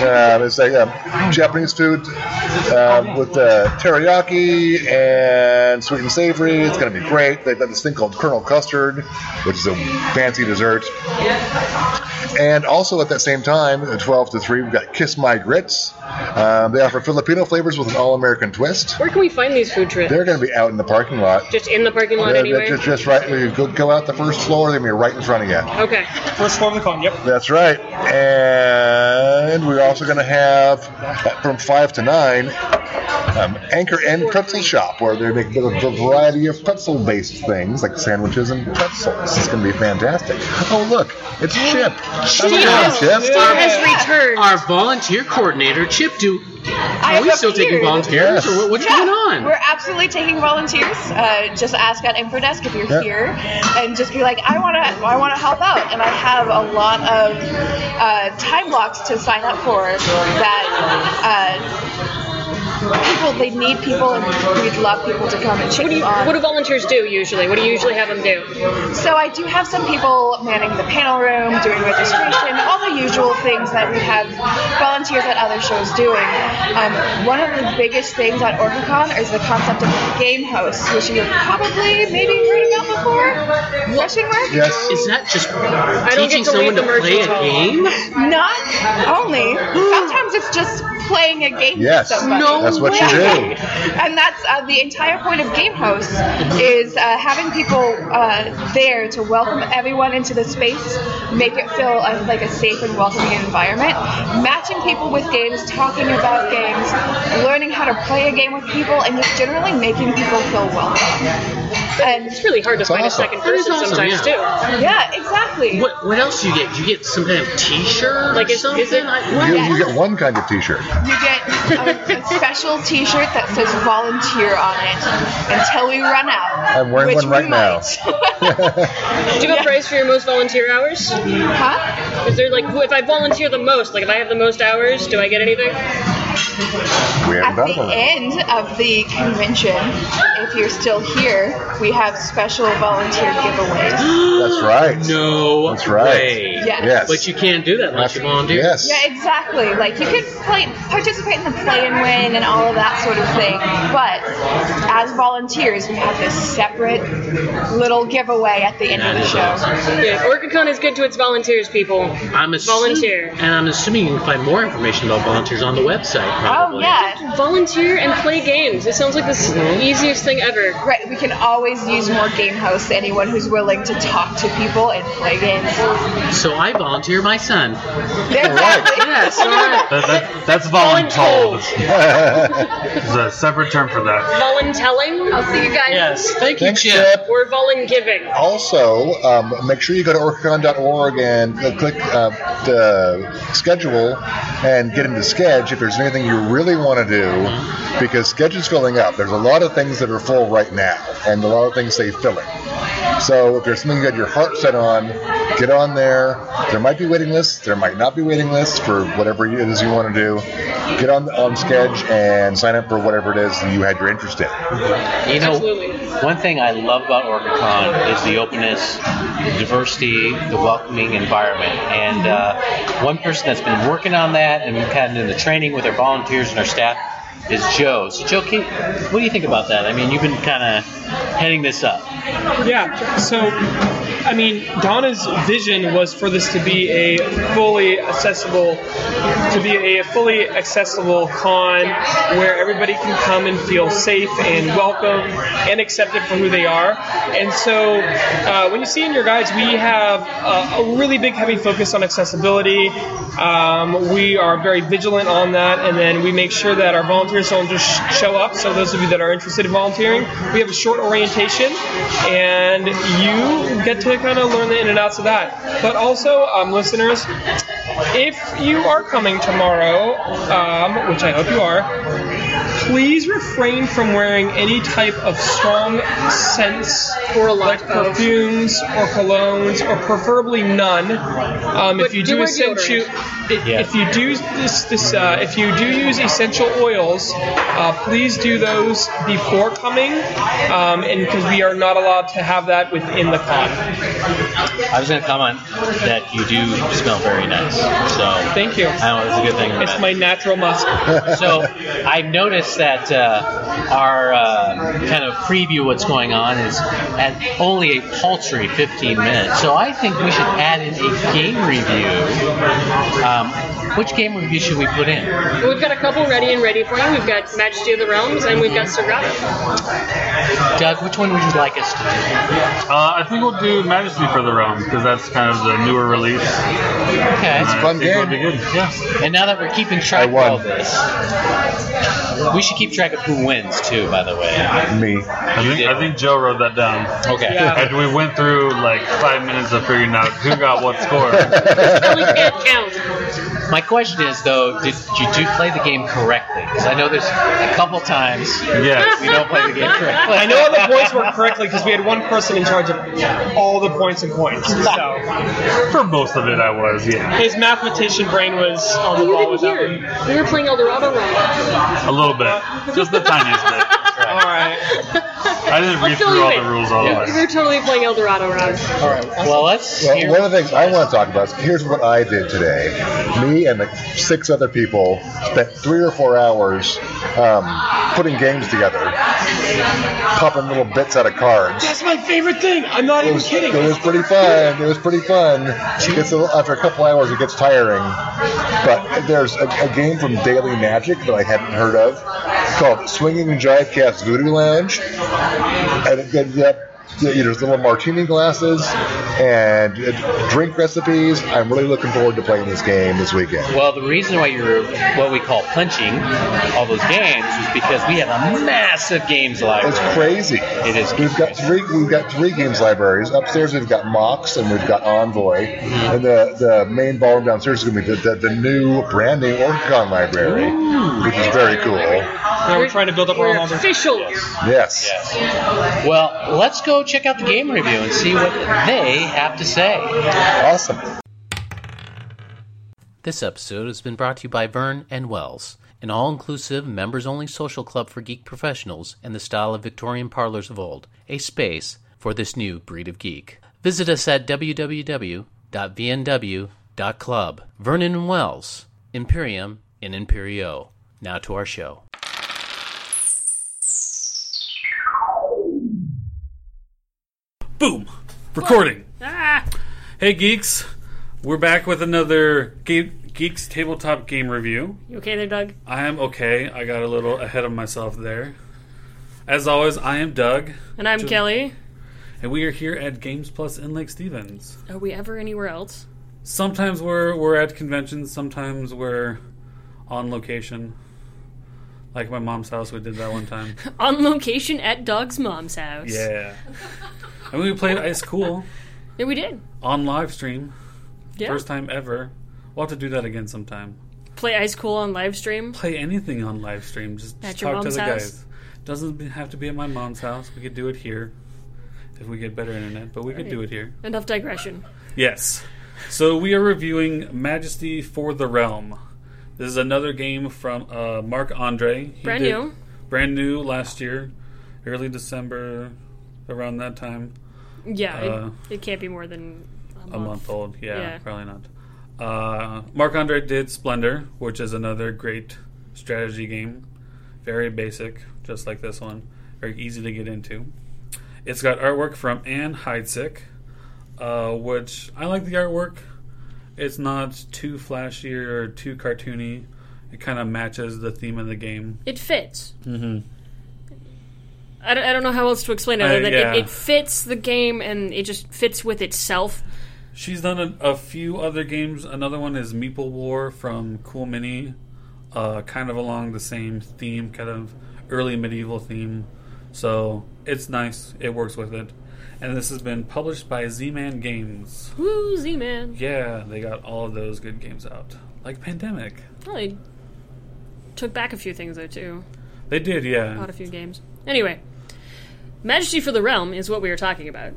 [SPEAKER 3] Um, it's like um, Japanese food um, with uh, teriyaki and sweet and savory. It's going to be great. They've got this thing called Colonel Custard, which is a fancy dessert. And also at that same time, at 12 to 3, we've got Kiss My Grits. Um, they offer Filipino flavors with an all American twist.
[SPEAKER 9] Where can we find these food trips?
[SPEAKER 3] They're going to be out in the parking lot.
[SPEAKER 9] Just in the parking lot
[SPEAKER 3] Yeah,
[SPEAKER 9] anywhere.
[SPEAKER 3] Just, just right. You go, go out the first floor, they're going to be right in front of you.
[SPEAKER 9] Okay.
[SPEAKER 5] First form of the con. Yep.
[SPEAKER 3] That's right. And we're also going to have uh, from 5 to 9. Um, Anchor and Pretzel Shop, where they make a variety of pretzel-based things like sandwiches and pretzels. It's going to be fantastic. Oh, look, it's Chip. How's
[SPEAKER 9] Steve
[SPEAKER 3] it
[SPEAKER 9] has,
[SPEAKER 3] going,
[SPEAKER 9] Steve
[SPEAKER 3] Chip?
[SPEAKER 9] has returned.
[SPEAKER 1] Our volunteer coordinator, Chip, do
[SPEAKER 10] I
[SPEAKER 1] are we still taking
[SPEAKER 10] appeared.
[SPEAKER 1] volunteers
[SPEAKER 3] Yes.
[SPEAKER 1] or what, what's
[SPEAKER 10] Yeah,
[SPEAKER 1] going on?
[SPEAKER 10] We're absolutely taking volunteers. Uh, just ask at Emperor Desk if you're
[SPEAKER 3] Yeah.
[SPEAKER 10] here, and just be like, I want to, I want to help out, and I have a lot of uh, time blocks to sign up for that. Uh, People, they need people, and we'd love people to come and cheer
[SPEAKER 9] What do, you,
[SPEAKER 1] Uh,
[SPEAKER 10] on.
[SPEAKER 9] what do volunteers do usually? What do you usually have them do?
[SPEAKER 10] So I do have some people manning the panel room, doing registration, all the usual things that we have volunteers at other shows doing. Um, one of the biggest things at OrcaCon is the concept of game hosts, which you've probably maybe heard about before. Question mark?
[SPEAKER 3] Yes.
[SPEAKER 1] Is that just
[SPEAKER 9] don't get
[SPEAKER 1] teaching
[SPEAKER 9] to
[SPEAKER 1] someone to
[SPEAKER 9] leave
[SPEAKER 1] play
[SPEAKER 9] the
[SPEAKER 1] a
[SPEAKER 9] merchant hall.
[SPEAKER 1] game?
[SPEAKER 10] Not only. Sometimes it's just playing a game
[SPEAKER 3] Yes.
[SPEAKER 10] with somebody.
[SPEAKER 3] No That's what you way. do.
[SPEAKER 10] And that's uh, the entire point of game hosts is uh, having people uh, there to welcome everyone into the space, make it feel uh, like a safe and welcoming environment, matching people with games, talking about games, learning how to play a game with people, and just generally making people feel welcome. And
[SPEAKER 9] It's really hard to find
[SPEAKER 3] awesome.
[SPEAKER 9] a second
[SPEAKER 1] That is
[SPEAKER 9] person
[SPEAKER 1] awesome,
[SPEAKER 9] sometimes too.
[SPEAKER 10] yeah, exactly.
[SPEAKER 1] What what else do you get? Do you get some kind of T-shirt
[SPEAKER 9] Like,
[SPEAKER 1] or
[SPEAKER 9] is-
[SPEAKER 1] something?
[SPEAKER 9] is it-
[SPEAKER 1] I-
[SPEAKER 3] You, you get one kind of T-shirt.
[SPEAKER 10] You get a, a special T-shirt that says volunteer on it until we run out.
[SPEAKER 3] I'm wearing
[SPEAKER 10] which
[SPEAKER 3] one right
[SPEAKER 10] we
[SPEAKER 3] now.
[SPEAKER 9] Do you have a price for your most volunteer hours?
[SPEAKER 10] might. Huh?
[SPEAKER 9] Is there like, if I volunteer the most, like if I have the most hours, do I get anything?
[SPEAKER 3] *laughs* We haven't
[SPEAKER 10] At
[SPEAKER 3] done it.
[SPEAKER 10] the end of the convention, if you're still here, we have special volunteer giveaways.
[SPEAKER 3] That's right.
[SPEAKER 1] No
[SPEAKER 3] That's right.
[SPEAKER 1] way.
[SPEAKER 10] Yeah.
[SPEAKER 3] Yes.
[SPEAKER 1] But you can't do that unless you volunteer.
[SPEAKER 3] Yes.
[SPEAKER 10] Yeah, exactly. Like you could play, participate in the play and win and all of that sort of thing. But as volunteers, we have this separate little giveaway at the end of the
[SPEAKER 1] That is
[SPEAKER 10] show.
[SPEAKER 1] awesome.
[SPEAKER 9] Yeah, OrcaCon is good to its volunteers, people.
[SPEAKER 1] I'm assu-
[SPEAKER 9] Volunteer.
[SPEAKER 1] and I'm assuming you can find more information about volunteers on the website.
[SPEAKER 10] Oh
[SPEAKER 1] Probably.
[SPEAKER 10] yeah.
[SPEAKER 9] Volunteer and play games. It sounds like the s-
[SPEAKER 1] Mm-hmm.
[SPEAKER 9] easiest thing ever.
[SPEAKER 10] Right, we can always use more game hosts, anyone who's willing to talk to people and play games.
[SPEAKER 1] So so I volunteer my son.
[SPEAKER 9] *laughs*
[SPEAKER 10] Yes.
[SPEAKER 7] That, that, that's voluntold. There's a separate term for that.
[SPEAKER 6] Voluntelling?
[SPEAKER 10] I'll see you guys.
[SPEAKER 1] Yes, thank you,
[SPEAKER 3] *laughs* Thanks,
[SPEAKER 1] Chip.
[SPEAKER 3] Chip.
[SPEAKER 6] We're volungiving.
[SPEAKER 3] Also, um, make sure you go to orcacon.org and uh, click uh, the schedule and get into Sketch if there's anything you really want to do, because Sketch is filling up. There's a lot of things that are full right now, and a lot of things say filling. So if there's something you got your heart set on, get on there. There might be waiting lists, there might not be waiting lists for whatever it is you want to do. Get on on Sketch and sign up for whatever it is that you had your interest in.
[SPEAKER 1] You know,
[SPEAKER 6] Absolutely.
[SPEAKER 1] one thing I love about OrcaCon is the openness, the diversity, the welcoming environment. And uh, one person that's been working on that and kind of in the training with our volunteers and our staff is Joe. So, Joe, can, what do you think about that? I mean, you've been kind of heading this up.
[SPEAKER 5] Yeah. So, I mean, Donna's vision was for this to be a fully accessible, to be a fully accessible con where everybody can come and feel safe and welcome and accepted for who they are. And so, uh, when you see in your guides, we have uh, a really big, heavy focus on accessibility. Um, we are very vigilant on that, and then we make sure that our volunteers don't just sh- show up. So those of you that are interested in volunteering, we have a short orientation, and you get to kind of learn the in and outs of that. But also, um, listeners, if you are coming tomorrow, um, which I hope you are, please refrain from wearing any type of strong scents
[SPEAKER 6] Or a lot
[SPEAKER 5] like
[SPEAKER 6] of.
[SPEAKER 5] perfumes or colognes, or preferably none. Um, if
[SPEAKER 6] But
[SPEAKER 5] you
[SPEAKER 6] do
[SPEAKER 5] do
[SPEAKER 6] wear
[SPEAKER 5] essential, if,
[SPEAKER 1] Yeah.
[SPEAKER 5] if you do this, this uh, if you do use essential oils, uh, please do those before coming, um, and because we are not allowed to have that within the con.
[SPEAKER 1] I was going to comment that you do smell very nice. So,
[SPEAKER 5] Thank you.
[SPEAKER 1] I don't know, it's a good thing.
[SPEAKER 5] It's my natural musk.
[SPEAKER 1] so I've noticed that uh, our uh, kind of preview what's going on is at only a paltry 15 minutes. So I think we should add in a game review. Um, which game review should we put in?
[SPEAKER 6] We've got a couple ready and ready for you. We've got Majesty of the Realms and we've got Serrata.
[SPEAKER 1] Doug, which one would you like us to do?
[SPEAKER 7] Uh, I think we'll do Majesty for the Realm because that's kind of the newer release.
[SPEAKER 1] Okay.
[SPEAKER 3] fun
[SPEAKER 7] I think it'll
[SPEAKER 3] game.
[SPEAKER 7] be good. Yeah.
[SPEAKER 1] And now that we're keeping track
[SPEAKER 3] I
[SPEAKER 1] of
[SPEAKER 3] won.
[SPEAKER 1] all this, we should keep track of who wins too. By the way.
[SPEAKER 3] *laughs* Me.
[SPEAKER 7] I think, I think Joe wrote that down.
[SPEAKER 1] Okay.
[SPEAKER 5] Yeah.
[SPEAKER 7] And we went through like five minutes of figuring out who got what score.
[SPEAKER 6] Really can't count.
[SPEAKER 1] My question is though, did you do play the game correctly? Because I know there's a couple times
[SPEAKER 7] Yes.
[SPEAKER 1] we don't play the game
[SPEAKER 6] *laughs*
[SPEAKER 1] correctly.
[SPEAKER 5] I know all the points were correctly because we had one person in charge of all the points and coins. So
[SPEAKER 7] For most of it, I was, yeah.
[SPEAKER 5] his mathematician brain was on the
[SPEAKER 6] You
[SPEAKER 5] ball
[SPEAKER 6] didn't
[SPEAKER 5] with that one.
[SPEAKER 6] hear. We were playing Eldorado wrong.
[SPEAKER 7] A little bit. Just the tiniest
[SPEAKER 6] *laughs*
[SPEAKER 7] bit.
[SPEAKER 5] All right.
[SPEAKER 7] I didn't
[SPEAKER 6] I'll
[SPEAKER 7] read
[SPEAKER 6] fill
[SPEAKER 7] through
[SPEAKER 6] you
[SPEAKER 7] all
[SPEAKER 6] in.
[SPEAKER 7] the rules all
[SPEAKER 1] Yeah.
[SPEAKER 6] We
[SPEAKER 7] the way.
[SPEAKER 6] were totally playing Eldorado wrong.
[SPEAKER 1] All right. Well, let's.
[SPEAKER 3] Well,
[SPEAKER 1] hear-
[SPEAKER 3] one of the things I want to talk about is here's what I did today. Me and like six other people spent three or four hours um, putting games together, popping little bits out of cards.
[SPEAKER 5] That's my favorite thing. I'm not
[SPEAKER 3] It
[SPEAKER 5] even
[SPEAKER 3] was,
[SPEAKER 5] kidding.
[SPEAKER 3] it was pretty fun. It was pretty fun. It gets a little, after a couple hours, it gets tiring. But there's a, a game from Daily Magic that I hadn't heard of called Swinging Jive Cast Voodoo Lounge, and it gets up. You know, there's little martini glasses and uh, drink recipes. I'm really looking forward to playing this game this weekend.
[SPEAKER 1] Well, the reason why you're what we call punching all those games is because we have a massive games library.
[SPEAKER 3] It's crazy.
[SPEAKER 1] It is
[SPEAKER 3] We've got three. We've got three games libraries upstairs. We've got Mox and we've got Envoy,
[SPEAKER 1] Mm-hmm.
[SPEAKER 3] and the the main ballroom downstairs is going to be the, the, the new brand new Orcon library, which is very cool.
[SPEAKER 5] Now we're trying to build up our
[SPEAKER 6] We're
[SPEAKER 5] own numbers.
[SPEAKER 6] official.
[SPEAKER 3] Yes.
[SPEAKER 1] Yes. Well, let's go check out the game review and see what they have to say.
[SPEAKER 3] Awesome.
[SPEAKER 2] This episode has been brought to you by Vern and Wells, an all inclusive, members only social club for geek professionals in the style of Victorian parlors of old, a space for this new breed of geek. Visit us at www.vnw.club. Vernon and Wells, Imperium in Imperio. Now to our show.
[SPEAKER 8] Boom! Recording. Hey, geeks. We're back with another Ge- Geeks Tabletop Game Review.
[SPEAKER 6] You okay there, Doug?
[SPEAKER 8] I am okay. I got a little ahead of myself there. As always, I am Doug,
[SPEAKER 6] And I'm Kelly.
[SPEAKER 8] and we are here at Games Plus in Lake Stevens.
[SPEAKER 6] Are we ever anywhere else?
[SPEAKER 8] sometimes we're we're at conventions, sometimes we're on location. Like my mom's house, we did that
[SPEAKER 9] *laughs*
[SPEAKER 8] one time.
[SPEAKER 9] On location at Doug's mom's house.
[SPEAKER 8] Yeah. And we played Ice Cool
[SPEAKER 9] Yeah, we did.
[SPEAKER 8] on live stream.
[SPEAKER 9] Yeah.
[SPEAKER 8] First time ever. We'll have to do that again sometime.
[SPEAKER 9] Play Ice Cool on live stream.
[SPEAKER 8] Play anything on live stream. Just, just
[SPEAKER 9] At your
[SPEAKER 8] talk to
[SPEAKER 9] mom's
[SPEAKER 8] the
[SPEAKER 9] house?
[SPEAKER 8] guys. Doesn't be- have to be at my mom's house. We could do it here if we get better internet, but we could do it here.
[SPEAKER 9] Enough digression.
[SPEAKER 8] Yes. So we are reviewing Majesty for the Realm. This is another game from uh, Mark Andre. He
[SPEAKER 9] Brand
[SPEAKER 8] did-
[SPEAKER 9] new.
[SPEAKER 8] Brand new last year, early December, around that time.
[SPEAKER 9] Yeah,
[SPEAKER 8] Uh,
[SPEAKER 9] it, it can't be more than a month.
[SPEAKER 8] A month old. Yeah,
[SPEAKER 9] Yeah.
[SPEAKER 8] probably not. Uh, Mark Andre did Splendor, which is another great strategy game. Very basic, just like this one. Very easy to get into. It's got artwork from Anne Heidsick, uh, which I like the artwork. It's not too flashy or too cartoony. It kind of matches the theme of the game.
[SPEAKER 9] It fits. Mm-hmm. I don't, I don't know how else to explain it. Other
[SPEAKER 8] Uh,
[SPEAKER 9] than
[SPEAKER 8] yeah.
[SPEAKER 9] it, it fits the game and it just fits with itself.
[SPEAKER 8] She's done a, a few other games. Another one is Meeple War from Cool Mini, uh, kind of along the same theme, kind of early medieval theme. So it's nice. It works with it. And this has been published by Z-Man Games.
[SPEAKER 9] Woo, Z-Man.
[SPEAKER 8] Yeah, they got all of those good games out, like Pandemic.
[SPEAKER 9] Probably took back a few things though too.
[SPEAKER 8] They did, yeah.
[SPEAKER 9] Bought a few games. Anyway, Majesty for the Realm is what we are talking about,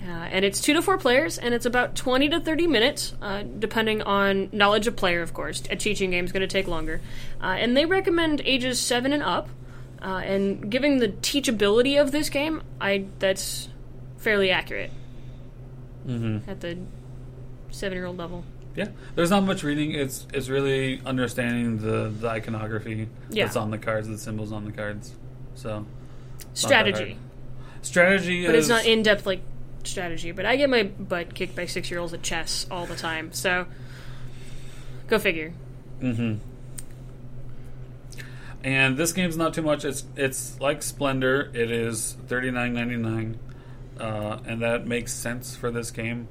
[SPEAKER 9] uh, and it's two to four players, and it's about twenty to thirty minutes, uh, depending on knowledge of player, of course. A teaching game is going to take longer, uh, and they recommend ages seven and up. Uh, and giving the teachability of this game, I that's fairly accurate mm-hmm. at the seven-year-old level.
[SPEAKER 8] Yeah, there's not much reading. It's it's really understanding the the iconography
[SPEAKER 9] Yeah.
[SPEAKER 8] that's on the cards, the symbols on the cards. So
[SPEAKER 9] Strategy.
[SPEAKER 8] hard. strategy
[SPEAKER 9] But
[SPEAKER 8] is
[SPEAKER 9] it's not in depth like strategy. But I get my butt kicked by six year olds at chess all the time. So go figure.
[SPEAKER 8] And this game's not too much. It's it's like Splendor. It is thirty nine ninety nine, uh, and that makes sense for this game.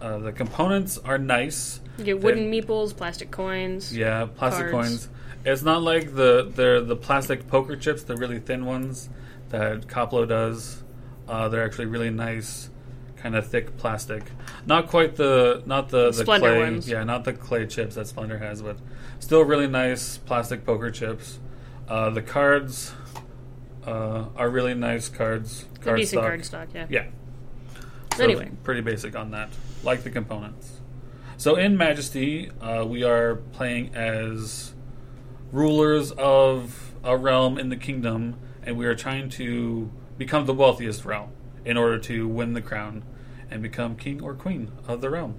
[SPEAKER 8] Uh, the components are nice.
[SPEAKER 9] You get wooden meeples, plastic coins.
[SPEAKER 8] Yeah, plastic
[SPEAKER 9] Cards.
[SPEAKER 8] coins. It's not like the the the plastic poker chips, the really thin ones that Coplo does. Uh, they're actually really nice, kind of thick plastic. Not quite the not the, the
[SPEAKER 9] Splendor
[SPEAKER 8] clay.
[SPEAKER 9] ones.
[SPEAKER 8] Yeah, not the clay chips that Splendor has, but still really nice plastic poker chips. Uh, the cards uh, are really nice cards.
[SPEAKER 9] A decent
[SPEAKER 8] stock.
[SPEAKER 9] card stock, yeah.
[SPEAKER 8] Yeah. So
[SPEAKER 9] Anyway,
[SPEAKER 8] pretty basic on that, like the components. So in Majesty, uh, we are playing as rulers of a realm in the kingdom, and we are trying to become the wealthiest realm in order to win the crown and become king or queen of the realm.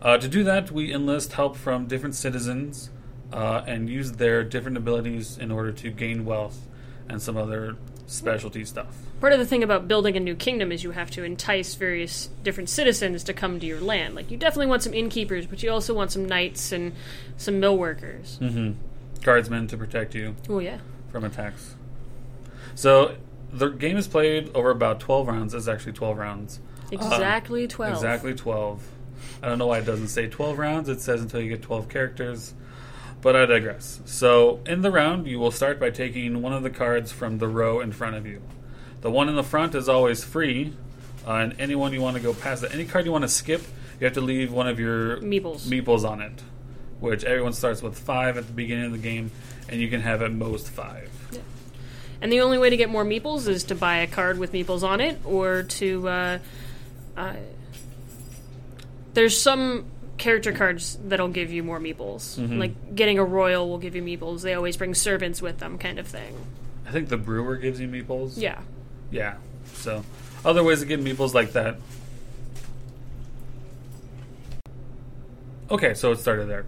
[SPEAKER 8] Uh, to do that, we enlist help from different citizens uh, and use their different abilities in order to gain wealth and some other specialty stuff.
[SPEAKER 9] part of the thing about building a new kingdom is you have to entice various different citizens to come to your land. Like, you definitely want some innkeepers, but you also want some knights and some mill workers.
[SPEAKER 8] Hmm. Guardsmen to protect you.
[SPEAKER 9] Oh, yeah.
[SPEAKER 8] from attacks. So the game is played over about 12 rounds. It's actually 12 rounds.
[SPEAKER 9] Exactly 12.
[SPEAKER 8] Um, Exactly 12. I don't know why it doesn't say 12 rounds. It says until you get 12 characters. But I digress. So in the round, you will start by taking one of the cards from the row in front of you. The one in the front is always free, uh, and anyone you want to go past that, any card you want to skip, you have to leave one of your
[SPEAKER 9] Meeples.
[SPEAKER 8] meeples on it, which everyone starts with five at the beginning of the game, and you can have at most five.
[SPEAKER 9] And the only way to get more meeples is to buy a card with meeples on it, or to. Uh, uh, there's some character cards that'll give you more meeples.
[SPEAKER 8] Mm-hmm.
[SPEAKER 9] Like getting a royal will give you meeples. They always bring servants with them, kind of thing.
[SPEAKER 8] I think the brewer gives you meeples.
[SPEAKER 9] Yeah.
[SPEAKER 8] Yeah. So, other ways to get meeples like that. Okay, so it started there.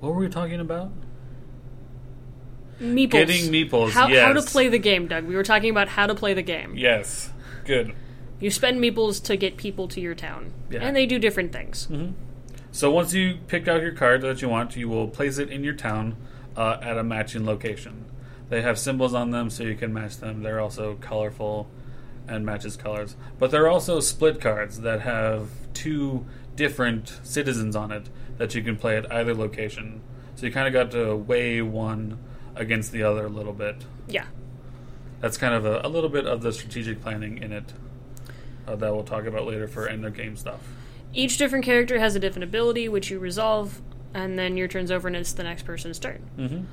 [SPEAKER 8] What were we talking about?
[SPEAKER 9] Meeples.
[SPEAKER 8] Getting meeples,
[SPEAKER 9] How, how to
[SPEAKER 8] yes.
[SPEAKER 9] play the game, Doug. We were talking about how to play the game.
[SPEAKER 8] Yes. Good.
[SPEAKER 9] You spend meeples to get people to your town.
[SPEAKER 8] Yeah. Mm-hmm.
[SPEAKER 9] And they do different things.
[SPEAKER 8] So once you pick out your card that you want, you will place it in your town uh, at a matching location. They have symbols on them, so you can match them. They're also colorful and matches colors. But there are also split cards that have two different citizens on it that you can play at either location. So you kind of got to weigh one against the other a little bit.
[SPEAKER 9] Yeah.
[SPEAKER 8] That's kind of a, a little bit of the strategic planning in it uh, that we'll talk about later for end of game stuff.
[SPEAKER 9] Each different character has a different ability, which you resolve, and then your turn's over and it's the next person's turn. Mm-hmm.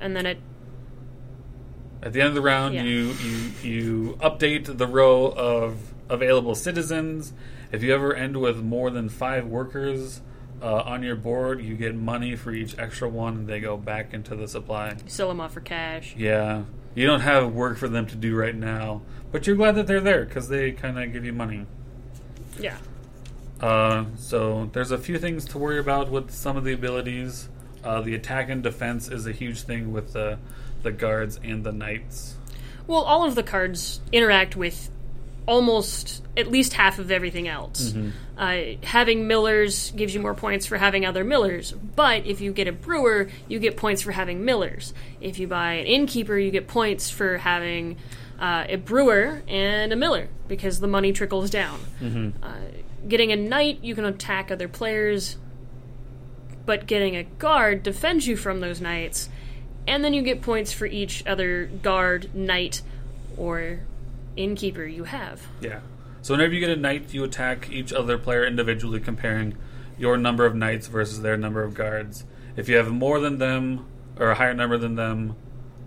[SPEAKER 9] And then it.
[SPEAKER 8] At the end of the round,
[SPEAKER 9] Yeah.
[SPEAKER 8] you, you you update the row of available citizens. If you ever end with more than five workers uh, on your board, you get money for each extra one, and they go back into the supply.
[SPEAKER 9] You sell them off for cash.
[SPEAKER 8] Yeah, you don't have work for them to do right now, but you're glad that they're there because they kind of give you money.
[SPEAKER 9] Yeah.
[SPEAKER 8] Uh, so there's a few things to worry about with some of the abilities. Uh, the attack and defense is a huge thing with the the guards and the knights.
[SPEAKER 9] Well, all of the cards interact with almost at least half of everything else. Uh, having millers gives you more points for having other millers, but if you get a brewer, you get points for having millers. If you buy an innkeeper, you get points for having uh, a brewer and a miller because the money trickles down. Uh, getting a knight, you can attack other players, but getting a guard defends you from those knights, and then you get points for each other guard, knight, or innkeeper you have.
[SPEAKER 8] Yeah. So whenever you get a knight, you attack each other player individually, comparing your number of knights versus their number of guards. If you have more than them or a higher number than them,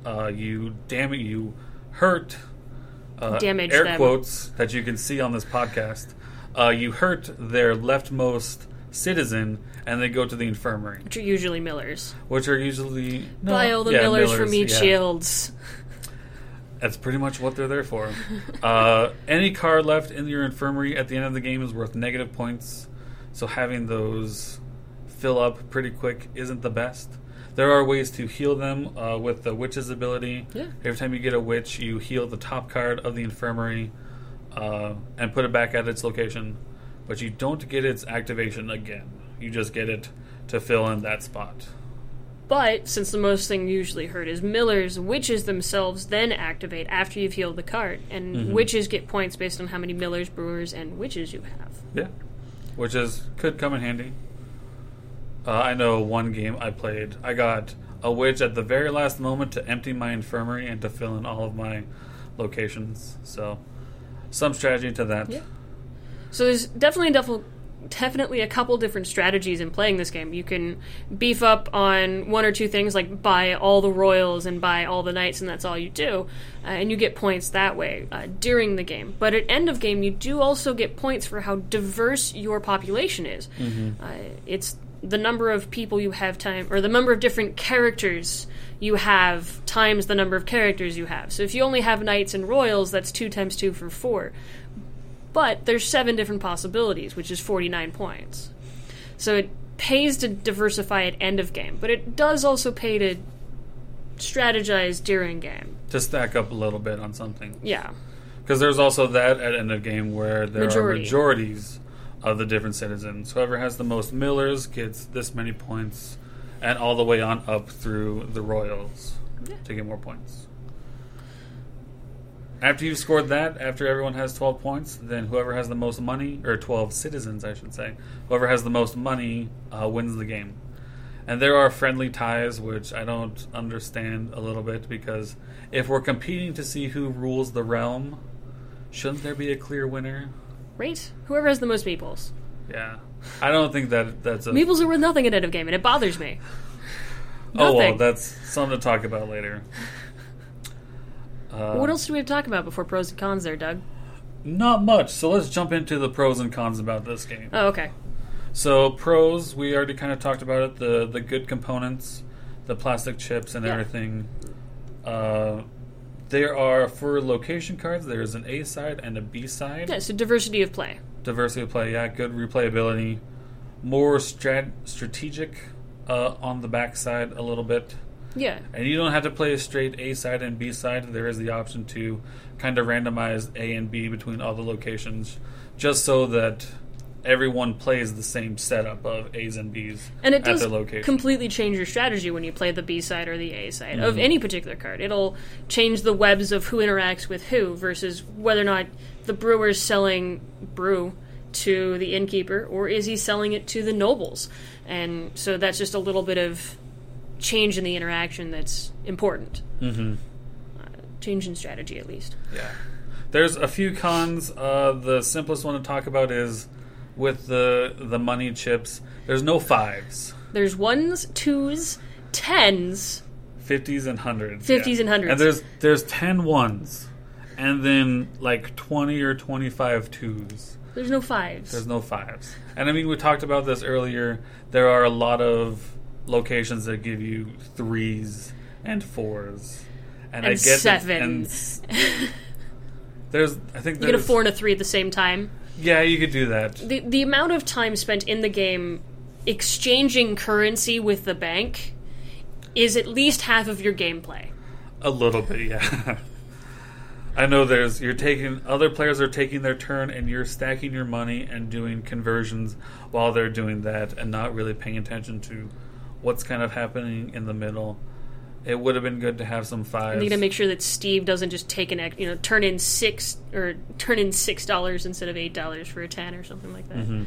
[SPEAKER 8] uh, you damn it, you hurt. Uh,
[SPEAKER 9] Damage
[SPEAKER 8] air
[SPEAKER 9] them.
[SPEAKER 8] quotes that you can see on this podcast. Uh, you hurt their leftmost citizen, and they go to the infirmary,
[SPEAKER 9] Which are usually millers.
[SPEAKER 8] which are usually no,
[SPEAKER 9] Buy all the
[SPEAKER 8] yeah,
[SPEAKER 9] millers, from each
[SPEAKER 8] yeah.
[SPEAKER 9] shields.
[SPEAKER 8] That's pretty much what they're there for. uh, any card left in your infirmary at the end of the game is worth negative points, so having those fill up pretty quick isn't the best. There are ways to heal them uh, with the witch's ability.
[SPEAKER 9] Yeah.
[SPEAKER 8] Every time you get a witch, you heal the top card of the infirmary uh, and put it back at its location, but you don't get its activation again. You just get it to fill in that spot.
[SPEAKER 9] But since the most thing usually hurt is millers, witches themselves then activate after you've healed the card, and
[SPEAKER 8] Mm-hmm.
[SPEAKER 9] witches get points based on how many millers, brewers, and witches you have.
[SPEAKER 8] Yeah, which is could come in handy. Uh, I know one game I played. I got a witch at the very last moment to empty my infirmary and to fill in all of my locations. So, some strategy to that.
[SPEAKER 9] Yeah. So there's definitely definitely definitely a couple different strategies in playing this game. You can beef up on one or two things like buy all the royals and buy all the knights and that's all you do uh, and you get points that way uh, during the game. But at end of game you do also get points for how diverse your population is. Uh, it's the number of people you have time or the number of different characters you have times the number of characters you have. So if you only have knights and royals that's 2 times 2 for 4 but there's seven different possibilities, which is 49 points. So it pays to diversify at end of game, but it does also pay to strategize during game.
[SPEAKER 8] To stack up a little bit on something,
[SPEAKER 9] Yeah.
[SPEAKER 8] because there's also that at end of game where there
[SPEAKER 9] Majority.
[SPEAKER 8] are majorities of the different citizens. Whoever has the most millers gets this many points, and all the way on up through the royals to get more points. After you've scored that, after everyone has 12 points, then whoever has the most money, or 12 citizens, I should say, whoever has the most money uh, wins the game. And there are friendly ties, which I don't understand a little bit because if we're competing to see who rules the realm, shouldn't there be a clear winner?
[SPEAKER 9] Right? Whoever has the most meeples.
[SPEAKER 8] Yeah. I don't think that that's a.
[SPEAKER 9] Meeples are worth nothing at end of game, and it bothers me.
[SPEAKER 8] oh, well,
[SPEAKER 9] nothing.
[SPEAKER 8] that's something to talk about later.
[SPEAKER 9] what else do we have to talk about before pros and cons there, Doug?
[SPEAKER 8] Not much, so let's jump into the pros and cons about this game.
[SPEAKER 9] Oh, okay.
[SPEAKER 8] So pros, we already kind of talked about it. The the good components, the plastic chips and
[SPEAKER 9] Yeah.
[SPEAKER 8] everything. Uh, there are for location cards. There is an A side and a B side.
[SPEAKER 9] Yeah, so diversity of play.
[SPEAKER 8] Diversity of play. Yeah, good replayability. More strat- strategic uh, on the back side a little bit.
[SPEAKER 9] Yeah.
[SPEAKER 8] And you don't have to play a straight A side and B side. There is the option to kind of randomize A and B between all the locations, just so that everyone plays the same setup of A's and B's
[SPEAKER 9] And it
[SPEAKER 8] at
[SPEAKER 9] does
[SPEAKER 8] their location.
[SPEAKER 9] completely change your strategy when you play the B side or the A side
[SPEAKER 8] Mm-hmm.
[SPEAKER 9] of any particular card. It'll change the webs of who interacts with who versus whether or not the brewer's selling brew to the innkeeper or is he selling it to the nobles. And so that's just a little bit of change in the interaction that's important. Mm-hmm. Uh, change in strategy, at least.
[SPEAKER 8] Yeah. There's a few cons. Uh, the simplest one to talk about is with the the money chips. There's no fives,
[SPEAKER 9] There's ones, twos, tens.
[SPEAKER 8] fifties, and hundreds.
[SPEAKER 9] 50s and 100s.
[SPEAKER 8] And there's there's ten ones, and then like twenty or twenty five twos.
[SPEAKER 9] There's no fives.
[SPEAKER 8] There's no fives. And I mean, we talked about this earlier. There are a lot of locations that give you threes and fours, and, I
[SPEAKER 9] And
[SPEAKER 8] get that-
[SPEAKER 9] seven.
[SPEAKER 8] and s-
[SPEAKER 9] *laughs*
[SPEAKER 8] there's, I think
[SPEAKER 9] you get a
[SPEAKER 8] there's-
[SPEAKER 9] four and a three at the same time.
[SPEAKER 8] Yeah, you could do that.
[SPEAKER 9] the the amount of time spent in the game exchanging currency with the bank is at least half of your gameplay.
[SPEAKER 8] A little bit, yeah. *laughs* I know there's you're taking other players are taking their turn and you're stacking your money and doing conversions while they're doing that and not really paying attention to what's kind of happening in the middle. It would have been good to have some
[SPEAKER 9] You
[SPEAKER 8] fives.
[SPEAKER 9] need to make sure that Steve doesn't just take an ex- you know turn in six or turn in six dollars instead of eight dollars for a ten or something like that.
[SPEAKER 8] Mm-hmm.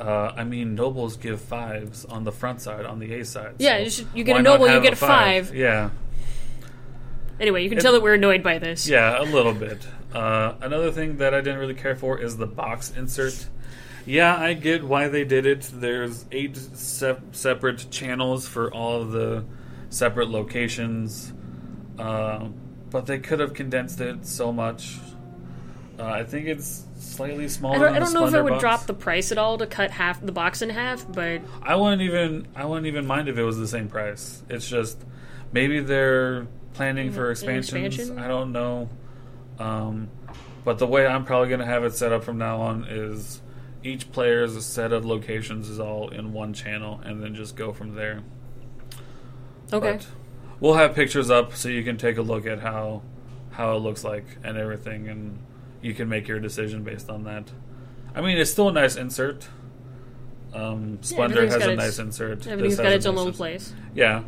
[SPEAKER 8] uh, I mean, nobles give fives on the front side, on the A side.
[SPEAKER 9] Yeah,
[SPEAKER 8] so
[SPEAKER 9] you should- you get a
[SPEAKER 8] why not
[SPEAKER 9] noble, you
[SPEAKER 8] have
[SPEAKER 9] get a five.
[SPEAKER 8] Yeah,
[SPEAKER 9] Anyway, you can tell that we're annoyed by this.
[SPEAKER 8] yeah, a little bit. Uh, another thing that I didn't really care for is the box insert. Yeah, I get why they did it. There's eight sep- separate channels for all of the separate locations, uh, but they could have condensed it so much. Uh, I think it's slightly smaller.
[SPEAKER 9] I don't,
[SPEAKER 8] than
[SPEAKER 9] I
[SPEAKER 8] the
[SPEAKER 9] don't know if I
[SPEAKER 8] Splendor
[SPEAKER 9] would
[SPEAKER 8] box.
[SPEAKER 9] drop the price at all to cut half the box in half, but
[SPEAKER 8] I wouldn't even I wouldn't even mind if it was the same price. It's just maybe they're planning for expansions.
[SPEAKER 9] expansion?
[SPEAKER 8] I don't know. Um, but the way I'm probably going to have it set up from now on is each player's set of locations is all in one channel, and then just go from there.
[SPEAKER 9] okay.
[SPEAKER 8] But we'll have pictures up so you can take a look at how how it looks like and everything, and you can make your decision based on that. I mean, it's still a nice insert. Um, Splendor
[SPEAKER 9] everything's
[SPEAKER 8] has
[SPEAKER 9] got
[SPEAKER 8] a
[SPEAKER 9] its-
[SPEAKER 8] nice insert.
[SPEAKER 9] Everything's
[SPEAKER 8] This
[SPEAKER 9] got
[SPEAKER 8] has
[SPEAKER 9] its
[SPEAKER 8] a
[SPEAKER 9] own
[SPEAKER 8] nice
[SPEAKER 9] little
[SPEAKER 8] insert.
[SPEAKER 9] place.
[SPEAKER 8] Yeah,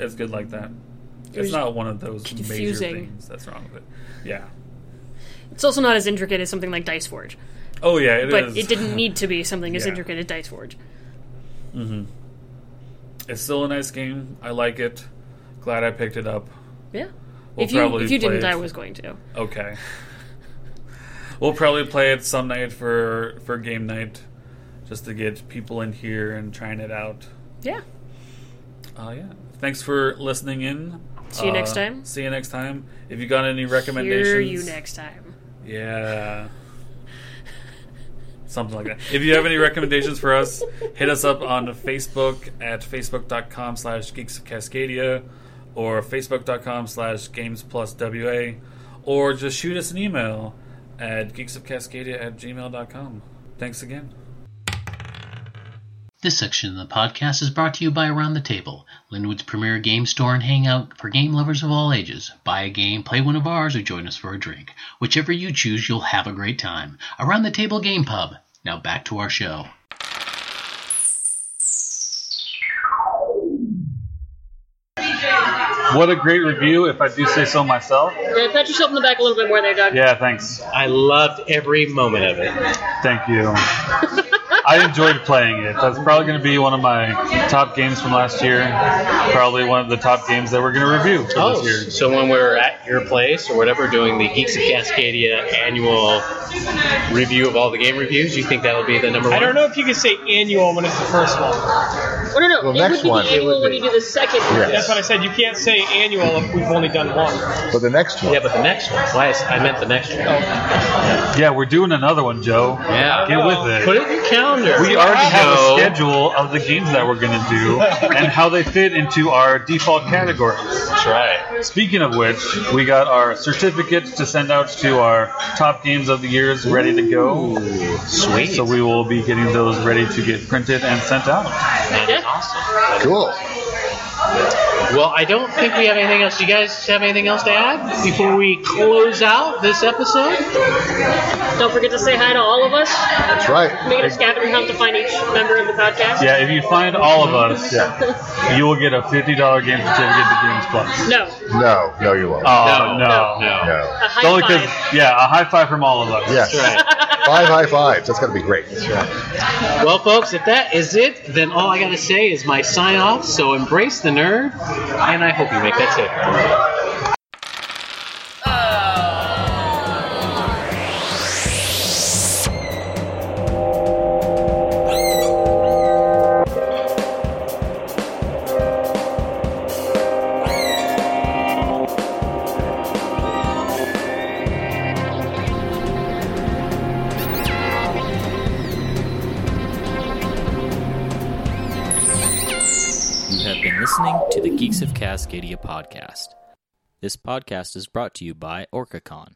[SPEAKER 8] it's good like that. It's
[SPEAKER 9] was
[SPEAKER 8] not one of those major
[SPEAKER 9] confusing.
[SPEAKER 8] things that's wrong with it. Yeah.
[SPEAKER 9] It's also not as intricate as something like Dice Forge,
[SPEAKER 8] Oh yeah, it is.
[SPEAKER 9] but it didn't
[SPEAKER 8] *laughs*
[SPEAKER 9] need to be something as
[SPEAKER 8] Yeah.
[SPEAKER 9] intricate as Dice Forge.
[SPEAKER 8] It's still a nice game. I like it. Glad I picked it up.
[SPEAKER 9] Yeah.
[SPEAKER 8] We'll
[SPEAKER 9] if you
[SPEAKER 8] probably
[SPEAKER 9] if you
[SPEAKER 8] play
[SPEAKER 9] didn't,
[SPEAKER 8] it.
[SPEAKER 9] I was going to.
[SPEAKER 8] Okay. We'll probably play it some night for for game night, just to get people in here and trying it out.
[SPEAKER 9] Yeah.
[SPEAKER 8] Oh yeah. Thanks for listening in.
[SPEAKER 9] See you next
[SPEAKER 8] Uh,
[SPEAKER 9] time.
[SPEAKER 8] See you next time. If you got any recommendations,
[SPEAKER 9] Hear you next time.
[SPEAKER 8] Yeah. Something like that. If you have any recommendations for us, hit us up on Facebook at facebook.com slash geeks of Cascadia or facebook.com slash games plus WA or just shoot us an email at geeksofcascadia at gmail.com. Thanks again.
[SPEAKER 2] This section of the podcast is brought to you by Around the Table, Linwood's premier game store and hangout for game lovers of all ages. Buy a game, play one of ours, or join us for a drink. Whichever you choose, you'll have a great time. Around the Table Game Pub. Now back to our show.
[SPEAKER 7] What a great review, if I do say so myself.
[SPEAKER 6] Yeah, pat yourself in the back a little bit more there, Doug.
[SPEAKER 7] Yeah, thanks.
[SPEAKER 1] I loved every moment of it.
[SPEAKER 7] Thank you. I enjoyed playing it. That's probably going to be one of my top games from last year. Probably one of the top games that we're going to review for
[SPEAKER 1] Oh,
[SPEAKER 7] this year.
[SPEAKER 1] so when we're at your place or whatever doing the Geeks of Cascadia annual review of all the game reviews, you think that'll be the number one?
[SPEAKER 5] I don't know if you can say annual when it's the first one.
[SPEAKER 6] Oh, no, no.
[SPEAKER 3] Well,
[SPEAKER 6] it
[SPEAKER 3] next
[SPEAKER 6] would be
[SPEAKER 3] one,
[SPEAKER 6] the
[SPEAKER 3] it
[SPEAKER 6] annual
[SPEAKER 3] would
[SPEAKER 6] when
[SPEAKER 3] be.
[SPEAKER 6] you do the second one.
[SPEAKER 3] Yes.
[SPEAKER 5] That's what I said. You can't say annual if we've only done one.
[SPEAKER 3] But the next one.
[SPEAKER 1] Yeah, but the next one. Why? is- I meant the next one.
[SPEAKER 7] Yeah, we're doing another one, Joe.
[SPEAKER 1] Yeah.
[SPEAKER 7] Get with it.
[SPEAKER 1] Put it in your calendar.
[SPEAKER 7] We already have
[SPEAKER 1] Joe.
[SPEAKER 7] a schedule of the games that we're going to do and how they fit into our default categories.
[SPEAKER 1] That's right.
[SPEAKER 7] Speaking of which, we got our certificates to send out to our top games of the years ready to go.
[SPEAKER 1] Sweet.
[SPEAKER 7] So we will be getting those ready to get printed and sent out.
[SPEAKER 1] That is awesome.
[SPEAKER 3] Cool.
[SPEAKER 1] Well, I don't think we have anything else. Do you guys have anything else to add before we close out this episode?
[SPEAKER 9] Don't forget to say hi to all of us.
[SPEAKER 3] That's right.
[SPEAKER 9] Make it a scavenger hunt to find each member of the podcast.
[SPEAKER 8] Yeah, if you find all of us, you will get a fifty dollar game certificate to Games Plus.
[SPEAKER 9] No,
[SPEAKER 3] No, no, you won't.
[SPEAKER 8] Oh no,
[SPEAKER 1] no,
[SPEAKER 8] no.
[SPEAKER 3] no.
[SPEAKER 9] a
[SPEAKER 8] It's
[SPEAKER 9] high
[SPEAKER 8] only
[SPEAKER 9] five.
[SPEAKER 8] because yeah, a high five from all of us.
[SPEAKER 3] Yes. Five high fives. That's going to be great.
[SPEAKER 1] Well, folks, if that is it, then all I got to say is my sign off. So embrace the nerd, and I hope you make that safe.
[SPEAKER 4] You have been listening to the Geeks of Cascadia podcast. This podcast is brought to you by OrcaCon.